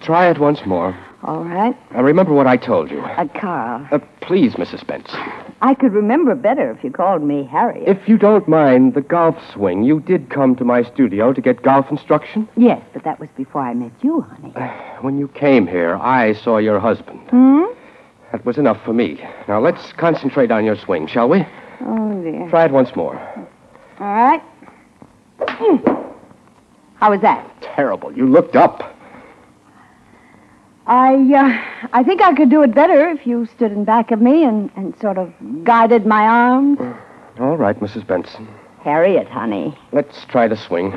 Try it once more. All right. Now remember what I told you. Uh, Carl, Uh, please, Mrs. Spence. I could remember better if you called me Harriet. If you don't mind the golf swing, you did come to my studio to get golf instruction. Uh, Yes, but that was before I met you, honey. When you came here, I saw your husband. Hmm? That was enough for me. Now let's concentrate on your swing, shall we? Oh, dear. Try it once more. All right. Mm. How was that? Terrible. You looked up. I, uh, I think I could do it better if you stood in back of me and, and sort of guided my arms. All right, Mrs. Benson. Harriet, honey. Let's try the swing.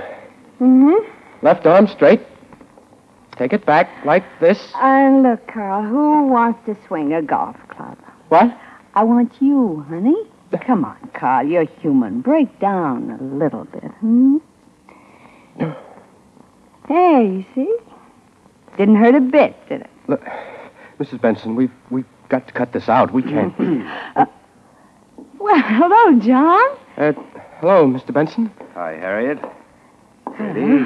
Mm-hmm. Left arm straight. Take it back like this. And look, Carl, who wants to swing a golf club? What? I want you, honey. Come on, Carl, you're human. Break down a little bit, hmm? There, you see? Didn't hurt a bit, did it? Look, Mrs. Benson, we've, we've got to cut this out. We can't. Well, hello, John. Uh, hello, Mr. Benson. Hi, Harriet. Ready?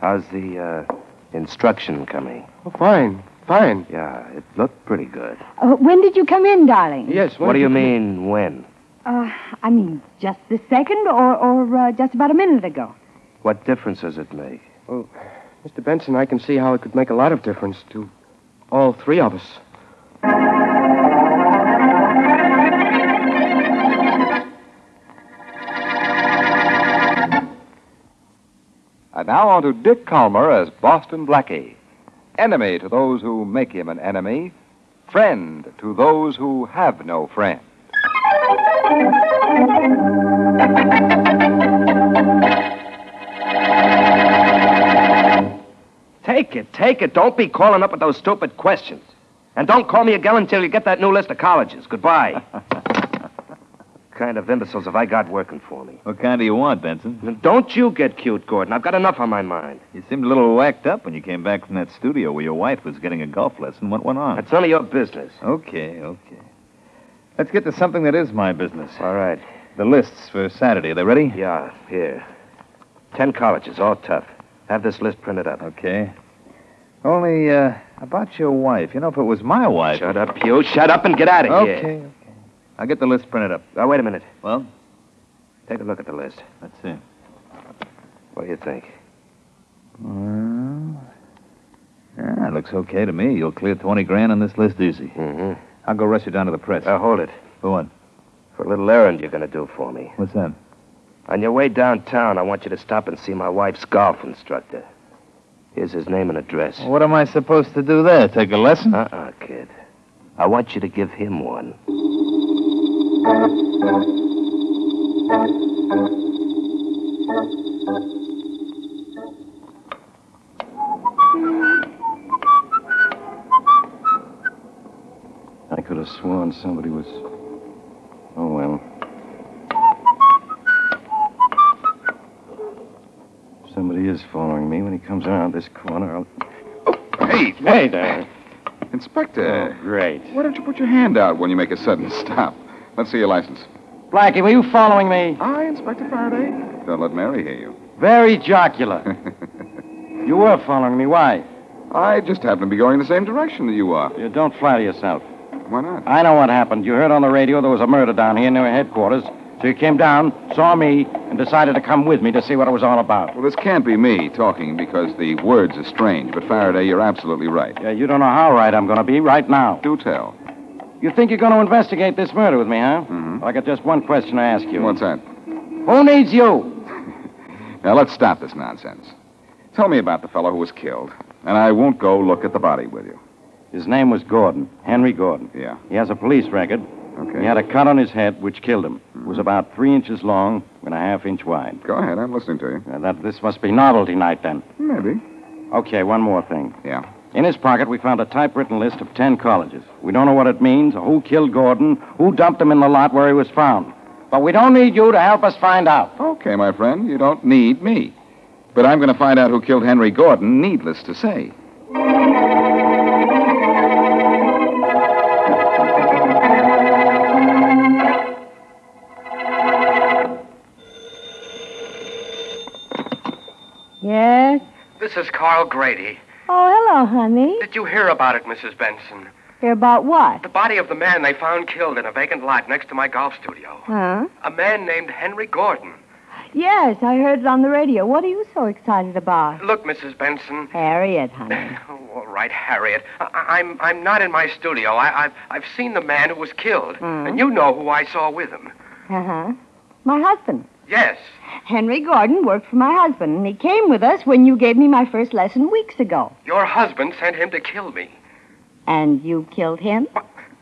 How's the uh, instruction coming? Oh, fine, fine. Yeah, it looked pretty good. Uh, when did you come in, darling? Yes. What do you mean, when? Uh, I mean, just this second or, or uh, just about a minute ago. What difference does it make? Mr. Benson, I can see how it could make a lot of difference to all three of us. And now on to Dick Calmer as Boston Blackie. Enemy to those who make him an enemy, friend to those who have no friend. Take it, take it. Don't be calling up with those stupid questions. And don't call me again until you get that new list of colleges. Goodbye. kind of imbeciles have I got working for me? What kind do you want, Benson? Now, Don't you get cute, Gordon. I've got enough on my mind. You seemed a little whacked up when you came back from that studio where your wife was getting a golf lesson. What went on? That's none of your business. Okay, okay. Let's get to something that is my business. All right. The lists for Saturday. Are they ready? Yeah, here. Ten colleges, all tough. Have this list printed up. Okay. Only, uh, about your wife. You know, if it was my wife. Shut up, you. Shut up and get out of Okay, here. okay. I'll get the list printed up. Now, wait a minute. Well, Take a look at the list. let's see. What do you think? Well, yeah, it looks okay to me. You'll clear 20 grand on this list easy. Mm-hmm. I'll go rush you down to the press. Now, Uh, hold it. For what? For a little errand you're going to do for me. What's that? On your way downtown, I want you to stop and see my wife's golf instructor. Here's his name and address. What am I supposed to do there? Take a lesson? Uh, Uh-uh, kid. I want you to give him one. I could have sworn somebody was. Oh, well. Somebody is following me. When he comes around this corner, I'll. Oh, Hey, Hey there. Inspector, Oh, great. why don't you put your hand out when you make a sudden stop? Let's see your license. Blackie, were you following me? I, Inspector Faraday. Don't let Mary hear you. Very jocular. you were following me. Why? I just happen to be going the same direction that you are. You don't flatter yourself. Why not? I know what happened. You heard on the radio there was a murder down here near headquarters. So you came down, saw me, and decided to come with me to see what it was all about. Well, this can't be me talking because the words are strange, but Faraday, you're absolutely right. Yeah, Uh, you don't know how right I'm going to be right now. Do tell. You think you're going to investigate this murder with me, huh? Mhm. Well, I got just one question to ask you. What's that? Who needs you? Now, let's stop this nonsense. Tell me about the fellow who was killed, and I won't go look at the body with you. His name was Gordon, Henry Gordon. Yeah, He has a police record. okay. Mm-hmm. He had a cut on his head which killed him. It was about three inches long and a half inch wide. Go ahead, I'm listening to you. Uh, that this must be novelty night then. Maybe. Okay, one more thing. Yeah. In his pocket, we found a typewritten list of ten colleges. We don't know what it means, or who killed Gordon, who dumped him in the lot where he was found. But we don't need you to help us find out. Okay, my friend, you don't need me. But I'm going to find out who killed Henry Gordon, needless to say. Yes? This is Carl Grady. Oh, hello, honey. Did you hear about it, Mrs. Benson? You're about what? The body of the man they found killed in a vacant lot next to my golf studio. Huh? A man named Henry Gordon. Yes, I heard it on the radio. What are you so excited about? Look, Mrs. Benson. Harriet, honey. Oh, all right, Harriet. I- I'm I'm not in my studio. I- I've I've seen the man who was killed, Mm. and you know who I saw with him. Uh huh. My husband. Yes. Henry Gordon worked for my husband, and he came with us when you gave me my first lesson weeks ago. Your husband sent him to kill me. And you killed him?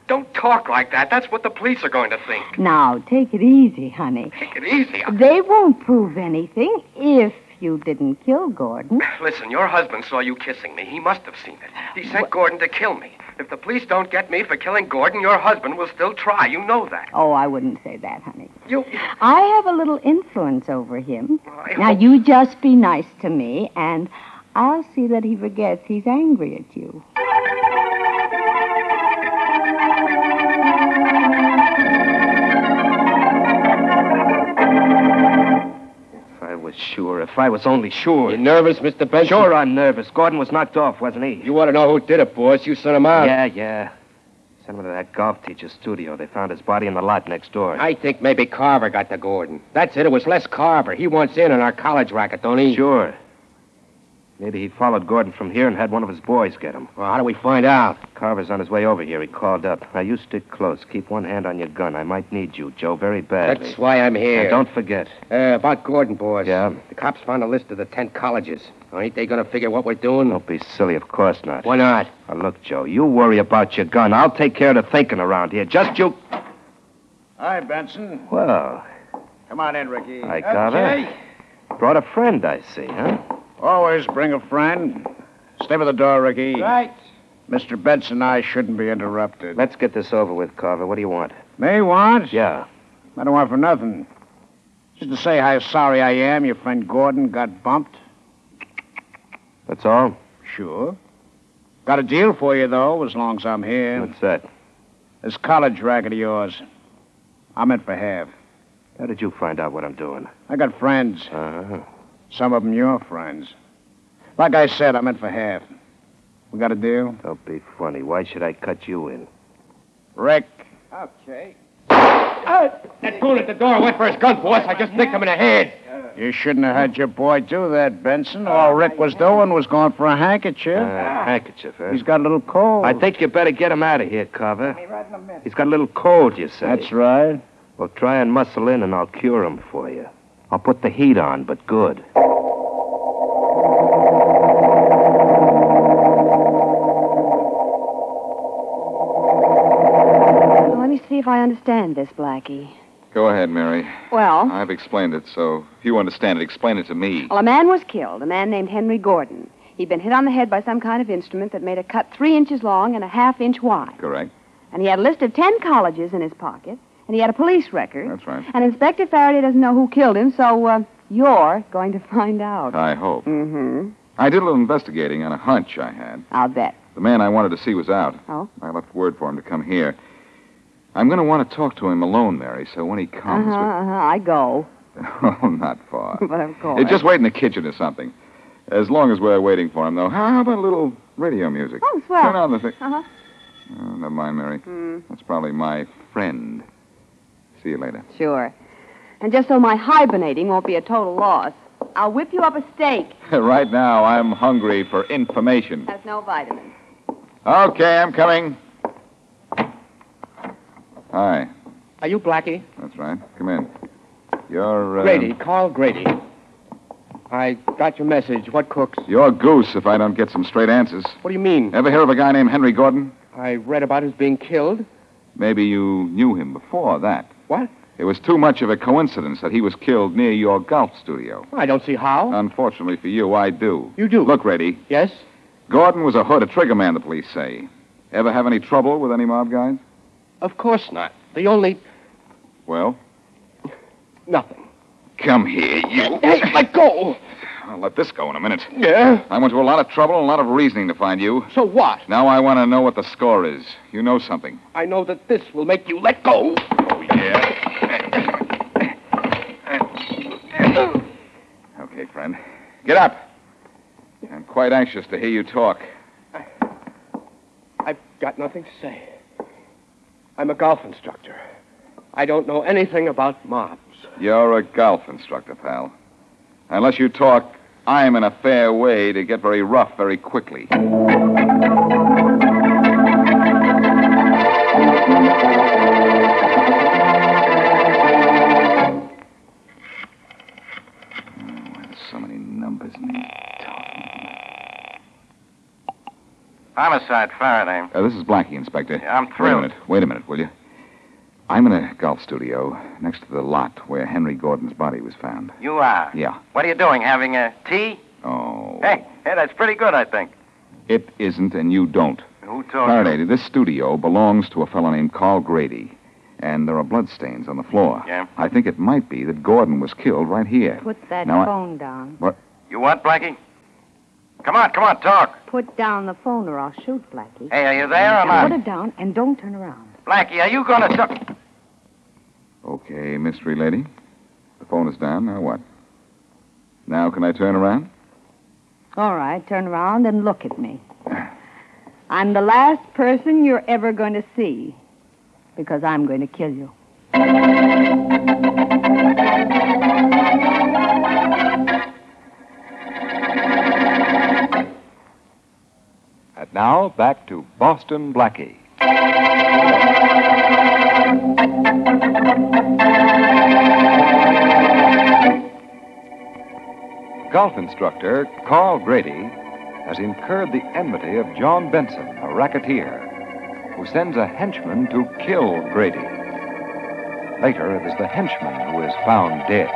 Don't talk like that. That's what the police are going to think. Now, take it easy, honey. Take it easy. I- They won't prove anything if you didn't kill Gordon. Listen, your husband saw you kissing me. He must have seen it. He sent Gordon to kill me. If the police don't get me for killing Gordon, your husband will still try. You know that. Oh, I wouldn't say that, honey. You. I have a little influence over him. I Now, hope- you just be nice to me, and I'll see that he forgets he's angry at you. If I was sure, if I was only sure. You nervous, Mr. Benson? Sure, I'm nervous. Gordon was knocked off, wasn't he? You want to know who did it, boss? You sent him out. Yeah, yeah. Sent him to that golf teacher's studio. They found his body in the lot next door. I think maybe Carver got to Gordon. That's it. It was Les Carver. He wants in on our college racket, don't he? Sure. Maybe he followed Gordon from here and had one of his boys get him. Well, how do we find out? Carver's on his way over here. He called up. Now, you stick close. Keep one hand on your gun. I might need you, Joe, very badly. That's why I'm here. And don't forget. Uh, about Gordon, boss. Yeah? The cops found a list of the ten colleges. Ain't they going to figure what we're doing? Don't be silly. Of course not. Why not? Now, look, Joe, you worry about your gun. I'll take care of the thinking around here. Just you. Hi, Benson. Well, Come on in, Ricky. Hi, Carver. brought a friend, I see, huh? Always bring a friend. Stay with the door, Ricky. Right. Mr. Benson and I shouldn't be interrupted. Let's get this over with, Carver. What do you want? They want? Yeah. I don't want for nothing. Just to say how sorry I am your friend Gordon got bumped. That's all? Sure. Got a deal for you, though, as long as I'm here. What's that? This college racket of yours. I'm in for half. How did you find out what I'm doing? I got friends. Uh-huh. Some of them your friends. Like I said, I'm in for half. We got a deal? Don't be funny. Why should I cut you in? Rick. Okay. That goon at the door went for his gun, boss. I just nicked him in the head. You shouldn't have had your boy do that, Benson. All Rick was doing was going for a handkerchief. Uh, handkerchief, huh? He's got a little cold. I think you better get him out of here, Carver. He's got a little cold, you say. That's right. Well, try and muscle in, and I'll cure him for you. I'll put the heat on, but good. if I understand this, Blackie. Go ahead, Mary. Well, I've explained it, so if you understand it, explain it to me. well, a man was killed, a man named Henry Gordon. He'd been hit on the head by some kind of instrument that made a cut three inches long and a half inch wide. Correct. And he had a list of ten colleges in his pocket, and he had a police record. That's right. And Inspector Faraday doesn't know who killed him, so uh, you're going to find out. I hope. Mm-hmm. I did a little investigating on a hunch I had. I'll bet. The man I wanted to see was out. Oh? I left word for him to come here. I'm going to want to talk to him alone, Mary, so when he comes. uh-huh, uh-huh, I go. we- oh, not far. but of course. Hey, just wait in the kitchen or something. As long as we're waiting for him, though. How about a little radio music? Oh, swell. Turn on the thing. Uh-huh. Oh, never mind, Mary. Hmm. Mm, That's probably my friend. See you later. sure. And just so my hibernating won't be a total loss, I'll whip you up a steak. right now, I'm hungry for information. That's no vitamins. Okay, I'm coming. Hi. Are you Blackie? That's right. Come in. You're. Uh, Grady, Carl Grady. I got your message. What cooks? You're goose if I don't get some straight answers. What do you mean? Ever hear of a guy named Henry Gordon? I read about his being killed. Maybe you knew him before that. What? It was too much of a coincidence that he was killed near your golf studio. I don't see how. Unfortunately for you, I do. You do? Look, Reddy, Yes? Gordon was a hood, a trigger man, the police say. Ever have any trouble with any mob guys? Of course not. The only. Well, Nothing. come here, you. Hey, let go! I'll let this go in a minute. Yeah? I went to a lot of trouble and a lot of reasoning to find you. So what? Now I want to know what the score is. You know something. I know that this will make you let go. Oh, yeah. Okay, friend. Get up. I'm quite anxious to hear you talk. I've got nothing to say. I'm a golf instructor. I don't know anything about mobs. You're a golf instructor, pal. Unless you talk, I'm in a fair way to get very rough very quickly. So many numbers. Homicide, Faraday. Uh, this is Blackie, Inspector. Yeah, I'm Wait a thrilled. minute. Wait a minute, will you? I'm in a golf studio next to the lot where Henry Gordon's body was found. You are. Yeah. What are you doing? Having a tea? Oh. Hey, hey, that's pretty good, I think. It isn't, and you don't. Who told Uh, Faraday, this studio belongs to a fellow named Carl Grady, and there are bloodstains on the floor. Yeah. I think it might be that Gordon was killed right here. Put that Now, I- phone down. you? You what, Blackie? Come on, come on, talk. Put down the phone or I'll shoot Blackie. Hey, are you there or Now, not? Put it down and don't turn around. Mm-hmm. Blackie, are you going to talk? Okay, mystery lady. The phone is down. Now what? Now can I turn around? All right, turn around and look at me. I'm the last person you're ever going to see because I'm going to kill you. And now back to Boston Blackie. Golf instructor Carl Grady has incurred the enmity of John Benson, a racketeer, who sends a henchman to kill Grady. Later, it is the henchman who is found dead.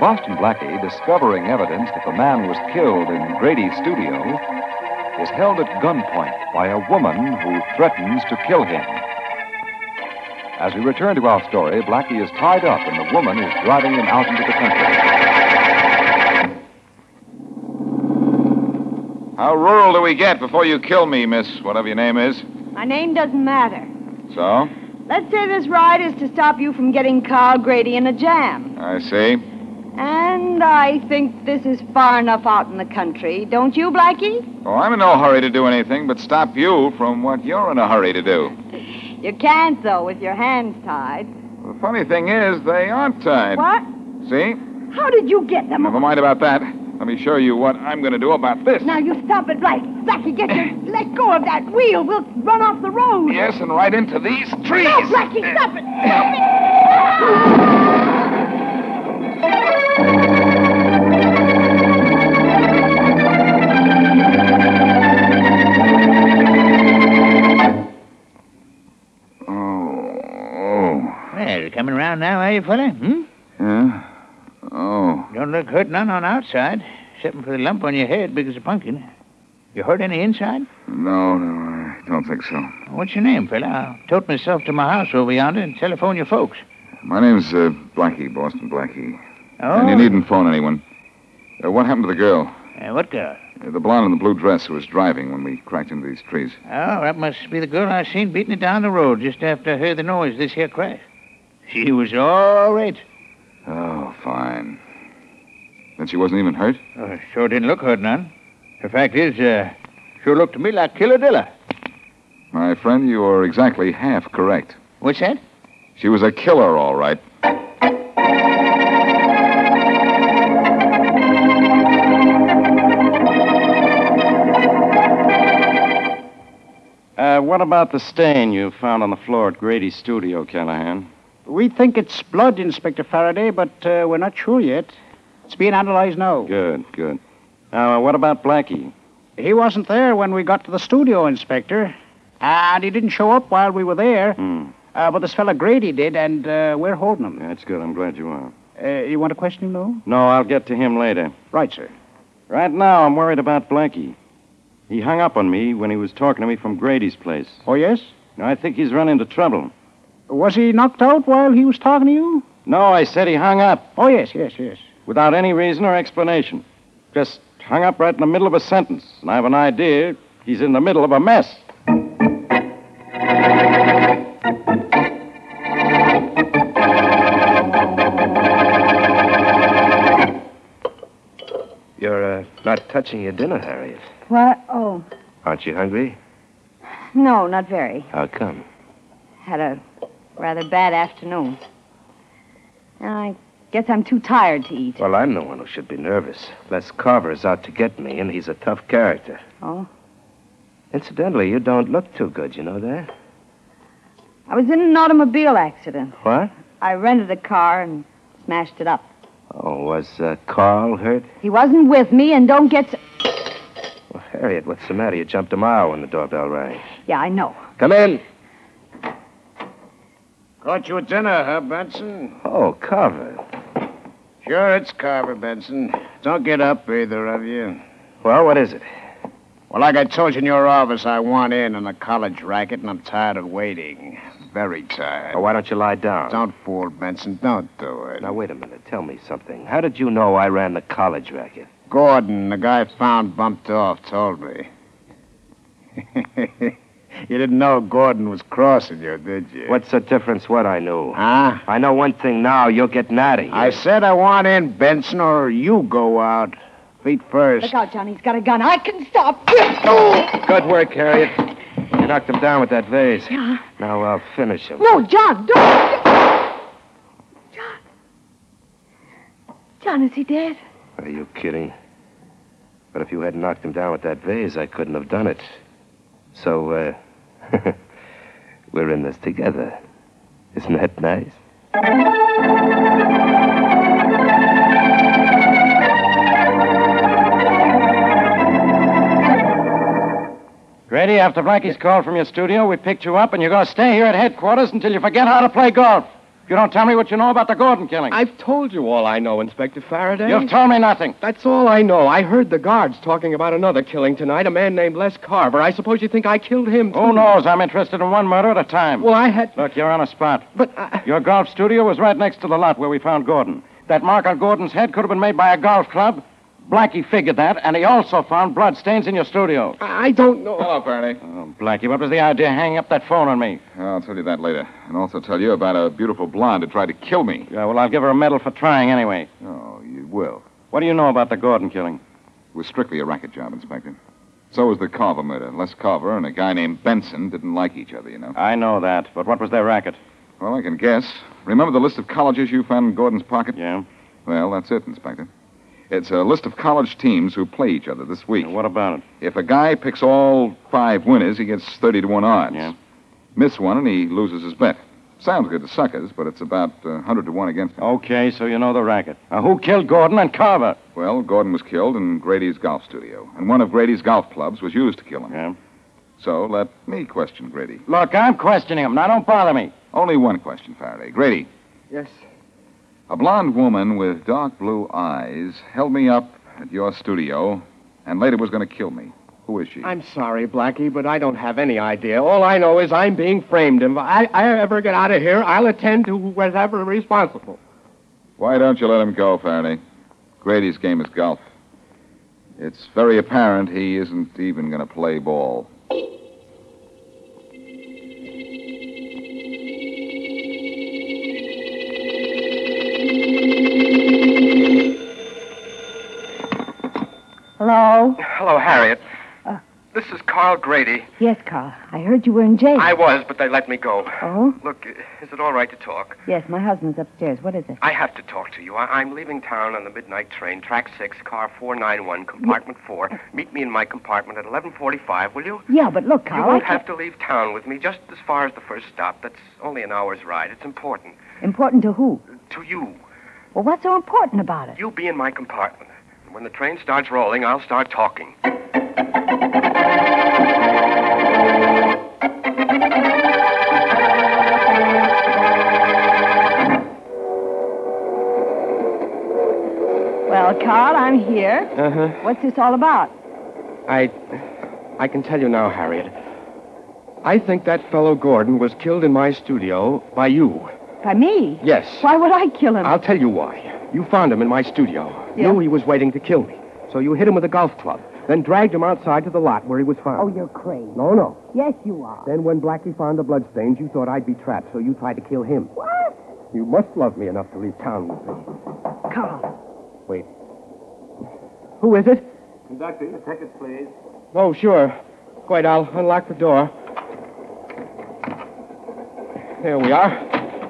Boston Blackie, discovering evidence that the man was killed in Grady's studio, is held at gunpoint by a woman who threatens to kill him. As we return to our story, Blackie is tied up and the woman is driving him out into the country. How rural do we get before you kill me, miss, whatever your name is? My name doesn't matter. So? Let's say this ride is to stop you from getting Carl Grady in a jam. I see. And I think this is far enough out in the country, don't you, Blackie? Oh, I'm in no hurry to do anything but stop you from what you're in a hurry to do. You can't, though, with your hands tied. The funny thing is, they aren't tied. What? See? How did you get them? Never mind about that. Let me show you what I'm going to do about this. Now you stop it, Blackie. Blackie, get your let go of that wheel. We'll run off the road. Yes, and right into these trees. No, Blackie, stop it. Oh, now, now, are you, fella? Hmm? Yeah? Oh. Don't look hurt none on outside, except for the lump on your head big as a pumpkin. You hurt any inside? No, no, I don't think so. What's your name, fella? I'll tote myself to my house over yonder and telephone your folks. My name's uh, Blackie, Boston Blackie. Oh? And you needn't phone anyone. Uh, what happened to the girl? Uh, what girl? Uh, the blonde in the blue dress who was driving when we cracked into these trees. Oh, that must be the girl I seen beating it down the road just after I heard the noise of this here crash. She was all right. Oh, fine. Then she wasn't even hurt? Oh, sure didn't look hurt none. The fact is, uh, sure looked to me like Killadilla. My friend, you are exactly half correct. What's that? She was a killer, all right. Uh, what about the stain you found on the floor at Grady's studio, Callahan? We think it's blood, Inspector Faraday, but uh, we're not sure yet. It's being analyzed now. Good, good. Now, uh, what about Blackie? He wasn't there when we got to the studio, Inspector. And he didn't show up while we were there. Uh, but this fella Grady did, and uh, we're holding him. Hmm. That's good. I'm glad you are. Uh, you want to question him, though? No, I'll get to him later. Right, sir. Right now, I'm worried about Blackie. He hung up on me when he was talking to me from Grady's place. Oh, yes? Now, I think he's run into trouble. Was he knocked out while he was talking to you? No, I said he hung up. Oh, yes, yes, yes. Without any reason or explanation. Just hung up right in the middle of a sentence. And I have an idea he's in the middle of a mess. You're uh, not touching your dinner, Harriet. What? Oh, Aren't you hungry? no, not very. How come? Had a rather bad afternoon. I guess I'm too tired to eat. Well, I'm the one who should be nervous. Les Carver is out to get me, and he's a tough character. Oh, Incidentally, you don't look too good, you know that? I was in an automobile accident. What? I rented a car and smashed it up. Oh, was uh, Carl hurt? He wasn't with me, and don't get. s Well, Harriet, what's the matter? You jumped a mile when the doorbell rang. Yeah, I know. Come in. Caught you at dinner, huh, Benson? Oh, Carver. Sure, it's Carver, Benson. Don't get up, either of you. Well, what is it? Well, like I told you in your office, I want in on the college racket, and I'm tired of waiting. Very tired. Oh, why don't you lie down? Don't fool, Benson. Don't do it. Now, wait a minute. Tell me something. How did you know I ran the college racket? Gordon, the guy found bumped off, told me. you didn't know Gordon was crossing you, did you? What's the difference what I knew? Huh? I know one thing now. You'll get natty. I said I want in, Benson, or you go out. Feet first. Look out, Johnny. He's got a gun. I can stop. Good work, Harriet. You knocked him down with that vase. Yeah. Now I'll finish him. No, John, don't. John. John, is he dead? Are you kidding? But if you hadn't knocked him down with that vase, I couldn't have done it. So, uh, we're in this together. Isn't that nice? Grady, after Blackie's call from your studio, we picked you up, and you're going to stay here at headquarters until you forget how to play golf. You don't tell me what you know about the Gordon killing. I've told you all I know, Inspector Faraday. You've told me nothing. That's all I know. I heard the guards talking about another killing tonight, a man named Les Carver. I suppose you think I killed him. Who knows? I'm interested in one murder at a time. Well, I had. Look, you're on a spot. But your golf studio was right next to the lot where we found Gordon. That mark on Gordon's head could have been made by a golf club. Blackie figured that, and he also found bloodstains in your studio. I don't know. Hello, Faraday. Oh, Blackie, what was the idea hanging up that phone on me? Oh, I'll tell you that later. And also tell you about a beautiful blonde who tried to kill me. Yeah, well, I'll give her a medal for trying anyway. Oh, you will. What do you know about the Gordon killing? It was strictly a racket job, Inspector. So was the Carver murder. Les Carver and a guy named Benson didn't like each other, you know. I know that, but what was their racket? Well, I can guess. Remember the list of colleges you found in Gordon's pocket? Yeah. Well, that's it, Inspector. It's a list of college teams who play each other this week. What about it? If a guy picks all five winners, he gets 30 to 1 odds. Yeah. Miss one and he loses his bet. Sounds good to suckers, but it's about uh, 100 to 1 against him. Okay, so you know the racket. Now, who killed Gordon and Carver? Well, Gordon was killed in Grady's golf studio, and one of Grady's golf clubs was used to kill him. Yeah. So let me question Grady. Look, I'm questioning him. Now, don't bother me. Only one question, Faraday. Grady, Yes. A blonde woman with dark blue eyes held me up at your studio and later was going to kill me. Who is she? I'm sorry, Blackie, but I don't have any idea. All I know is I'm being framed, and if I, I ever get out of here, I'll attend to whatever responsible. Why don't you let him go, Faraday? Grady's game is golf. It's very apparent he isn't even going to play ball. Hello? Hello, Harriet. this is Carl Grady. Yes, Carl. I heard you were in jail. I was, but they let me go. Oh? Look, is it all right to talk? Yes, my husband's upstairs. What is it? I have to talk to you. I- I'm leaving town on the midnight train, track six, car 491, compartment four. Meet me in my compartment at 11:45, will you? Yeah, but look, Carl. you won't I have to leave town with me, just as far as the first stop. That's only an hour's ride. It's important Important to who? to you. Well, what's so important about it? You be in my compartment. And when the train starts rolling, I'll start talking. Well, Carl, I'm here. Uh Uh-huh. huh. What's this all about? I. I can tell you now, Harriet. I think that fellow Gordon was killed in my studio by you. By me? Yes. Why would I kill him? I'll tell you why. You found him in my studio. Knew he was waiting to kill me. So you hit him with a golf club, then dragged him outside to the lot where he was found. Oh, you're crazy. No, no. Yes, you are. Then when Blackie found the bloodstains, you thought I'd be trapped, so you tried to kill him. What? You must love me enough to leave town with me. Carl. Wait. Who is it? Conductor, your tickets, please. Oh, sure. Wait, I'll unlock the door. There we are.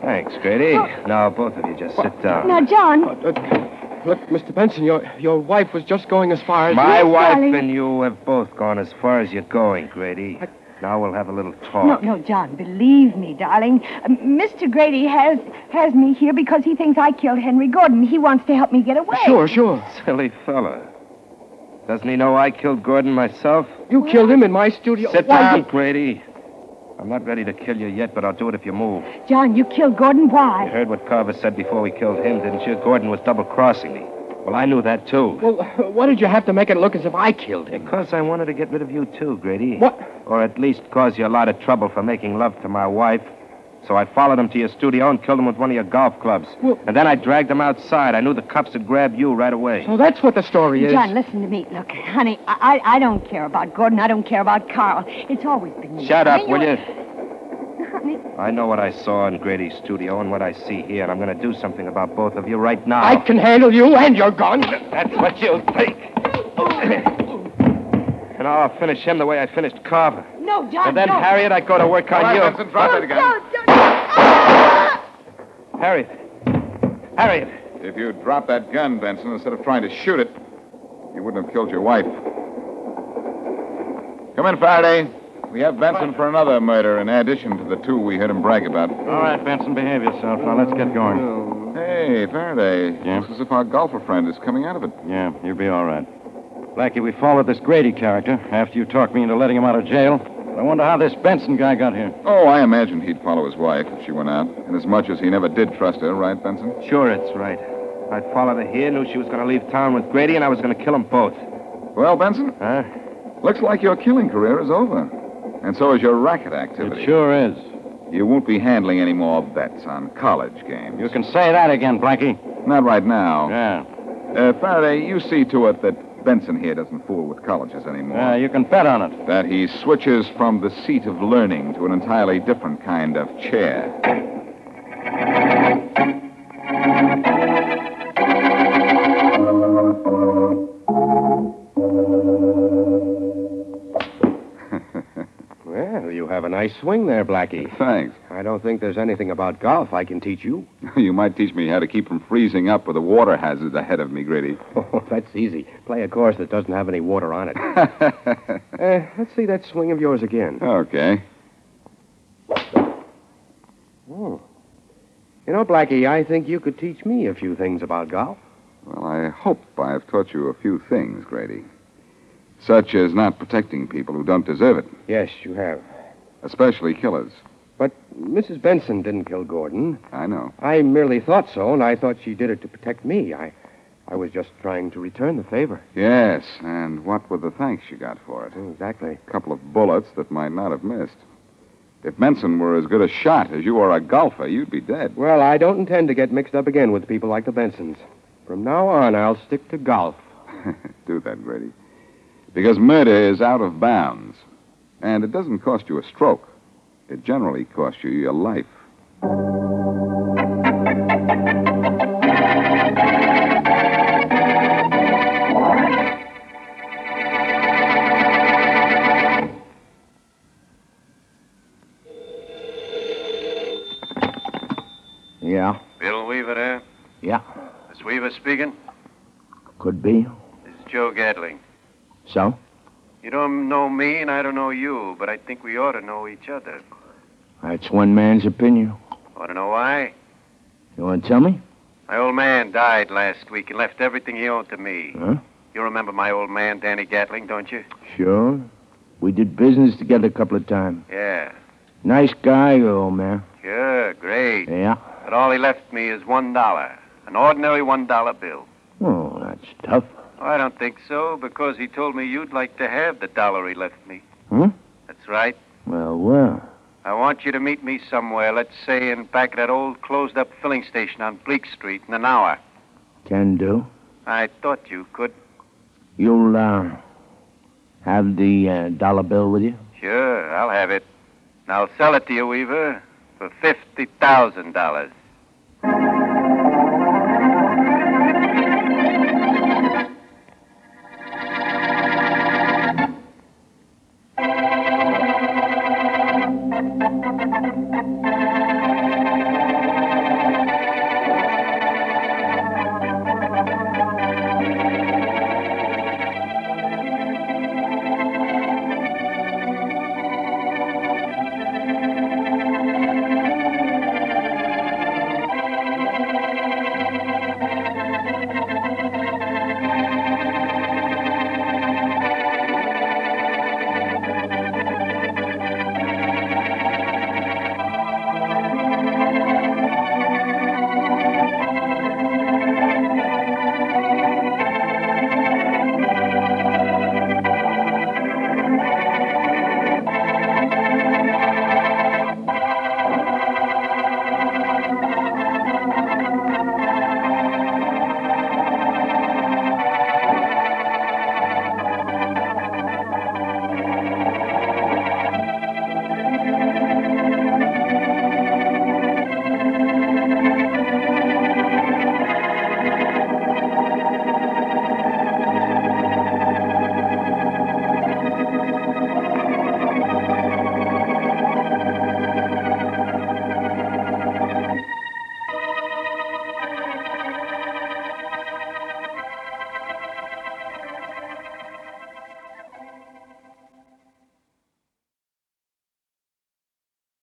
Thanks, Grady. Oh. Now, both of you just sit down. Now, John. Uh, Look, Mr. Benson, your, your wife was just going as far as. My wife and you have both gone as far as you're going, Grady. Now we'll have a little No, talk. no, John. Believe me, darling. Uh, Mr. Grady has has me here because he thinks I killed Henry Gordon. He wants to help me get away. sure. Silly fella. Doesn't he know I killed Gordon myself? You killed him in my studio. Sit Why down, did- Grady. I'm not ready to kill you yet, but I'll do it if you move. John, you killed Gordon. You Why? heard what Carver said before we killed him, didn't you? Gordon was double crossing me. Well, I knew that too. Well, why did you have to make it look as if I killed him? Because I wanted to get rid of you too, Grady. What? Or at least cause you a lot of trouble for making love to my wife. So I followed him to your studio and killed him with one of your golf clubs. Well- and then I dragged him outside. I knew the cops would grab you right away. So that's what the story is. John, listen to me. Look, honey, I, I I don't care about Gordon. I don't care about Carl. It's always been me. Shut I up, mean, will you? Honey, I know what I saw in Grady's studio and what I see here, and I'm going to do something about both of you right now. I can handle you and your gun. That's what you think. And I'll finish him the way I finished Carver. No, John. And then, don't. Harriet, I go to work on All right, you. Benson, drop it again. Harriet. Harriet. If you dropped that gun, Benson, instead of trying to shoot it, you wouldn't have killed your wife. Come in, Faraday. We have Benson for another murder in addition to the two we heard him brag about. All right, Benson, behave yourself. Now let's get going. Hey, Faraday. Yeah? Looks as if our golfer friend is coming out of it. Yeah, you'll be all right. Blackie, we followed this Grady character after you talked me into letting him out of jail. I wonder how this Benson guy got here. Oh, I imagined he'd follow his wife if she went out, and as much as he never did trust her, right, Benson? Sure, it's right. I followed her here, knew she was going to leave town with Grady, and I was going to kill them both. Well, Benson? Huh? Looks like your killing career is over. And so is your racket activity. It sure is. You won't be handling any more bets on college games. You can say that again, Blackie. Not right now. Yeah. Uh, Faraday, you see to it that Benson here doesn't fool with colleges anymore. Uh, Yeah, you can bet on it. That he switches from the seat of learning to an entirely different kind of chair. Well, you have a nice swing there, Blackie. Thanks. I don't think there's anything about golf I can teach you. You might teach me how to keep from freezing up with a water hazard ahead of me, Grady. Oh, that's easy. Play a course that doesn't have any water on it. uh, let's see that swing of yours again. Okay. Oh. You know, Blackie, I think you could teach me a few things about golf. Well, I hope I've taught you a few things, Grady. Such as not protecting people who don't deserve it, Yes, you have. especially killers. But Mrs. Benson didn't kill Gordon. I know. I merely thought so, and I thought she did it to protect me. I, I was just trying to return the favor. Yes, and what were the thanks you got for it? Exactly. A couple of bullets that might not have missed. If Benson were as good a shot as you are a golfer, you'd be dead. Well, I don't intend to get mixed up again with people like the Bensons. From now on, I'll stick to golf. Do that, Grady. Because murder is out of bounds. And it doesn't cost you a stroke, it generally costs you your life. Yeah, Bill Weaver there? yeah, Miss Weaver speaking? could be. This is Joe Gatling. So? You don't know me, and I don't know you, but I think we ought to know each other. That's one man's opinion. Want to know why? You want to tell me? My old man died last week and left everything he owned to me. Huh? You remember my old man, Danny Gatling, don't you? Sure. We did business together a couple of times. Yeah. Nice guy, your old man. Sure, great. Yeah. But all he left me is one dollar, an ordinary one dollar bill. Oh, that's tough. Oh, I don't think so, because he told me you'd like to have the dollar he left me. Huh? That's right. Hmm? Well, well. I want you to meet me somewhere, let's say in back of that old closed up filling station on Bleak Street in an hour. Can do. I thought you could. You'll, uh, have the uh, dollar bill with you? Sure, I'll have it. And I'll sell it to you, Weaver, for fifty thousand dollars.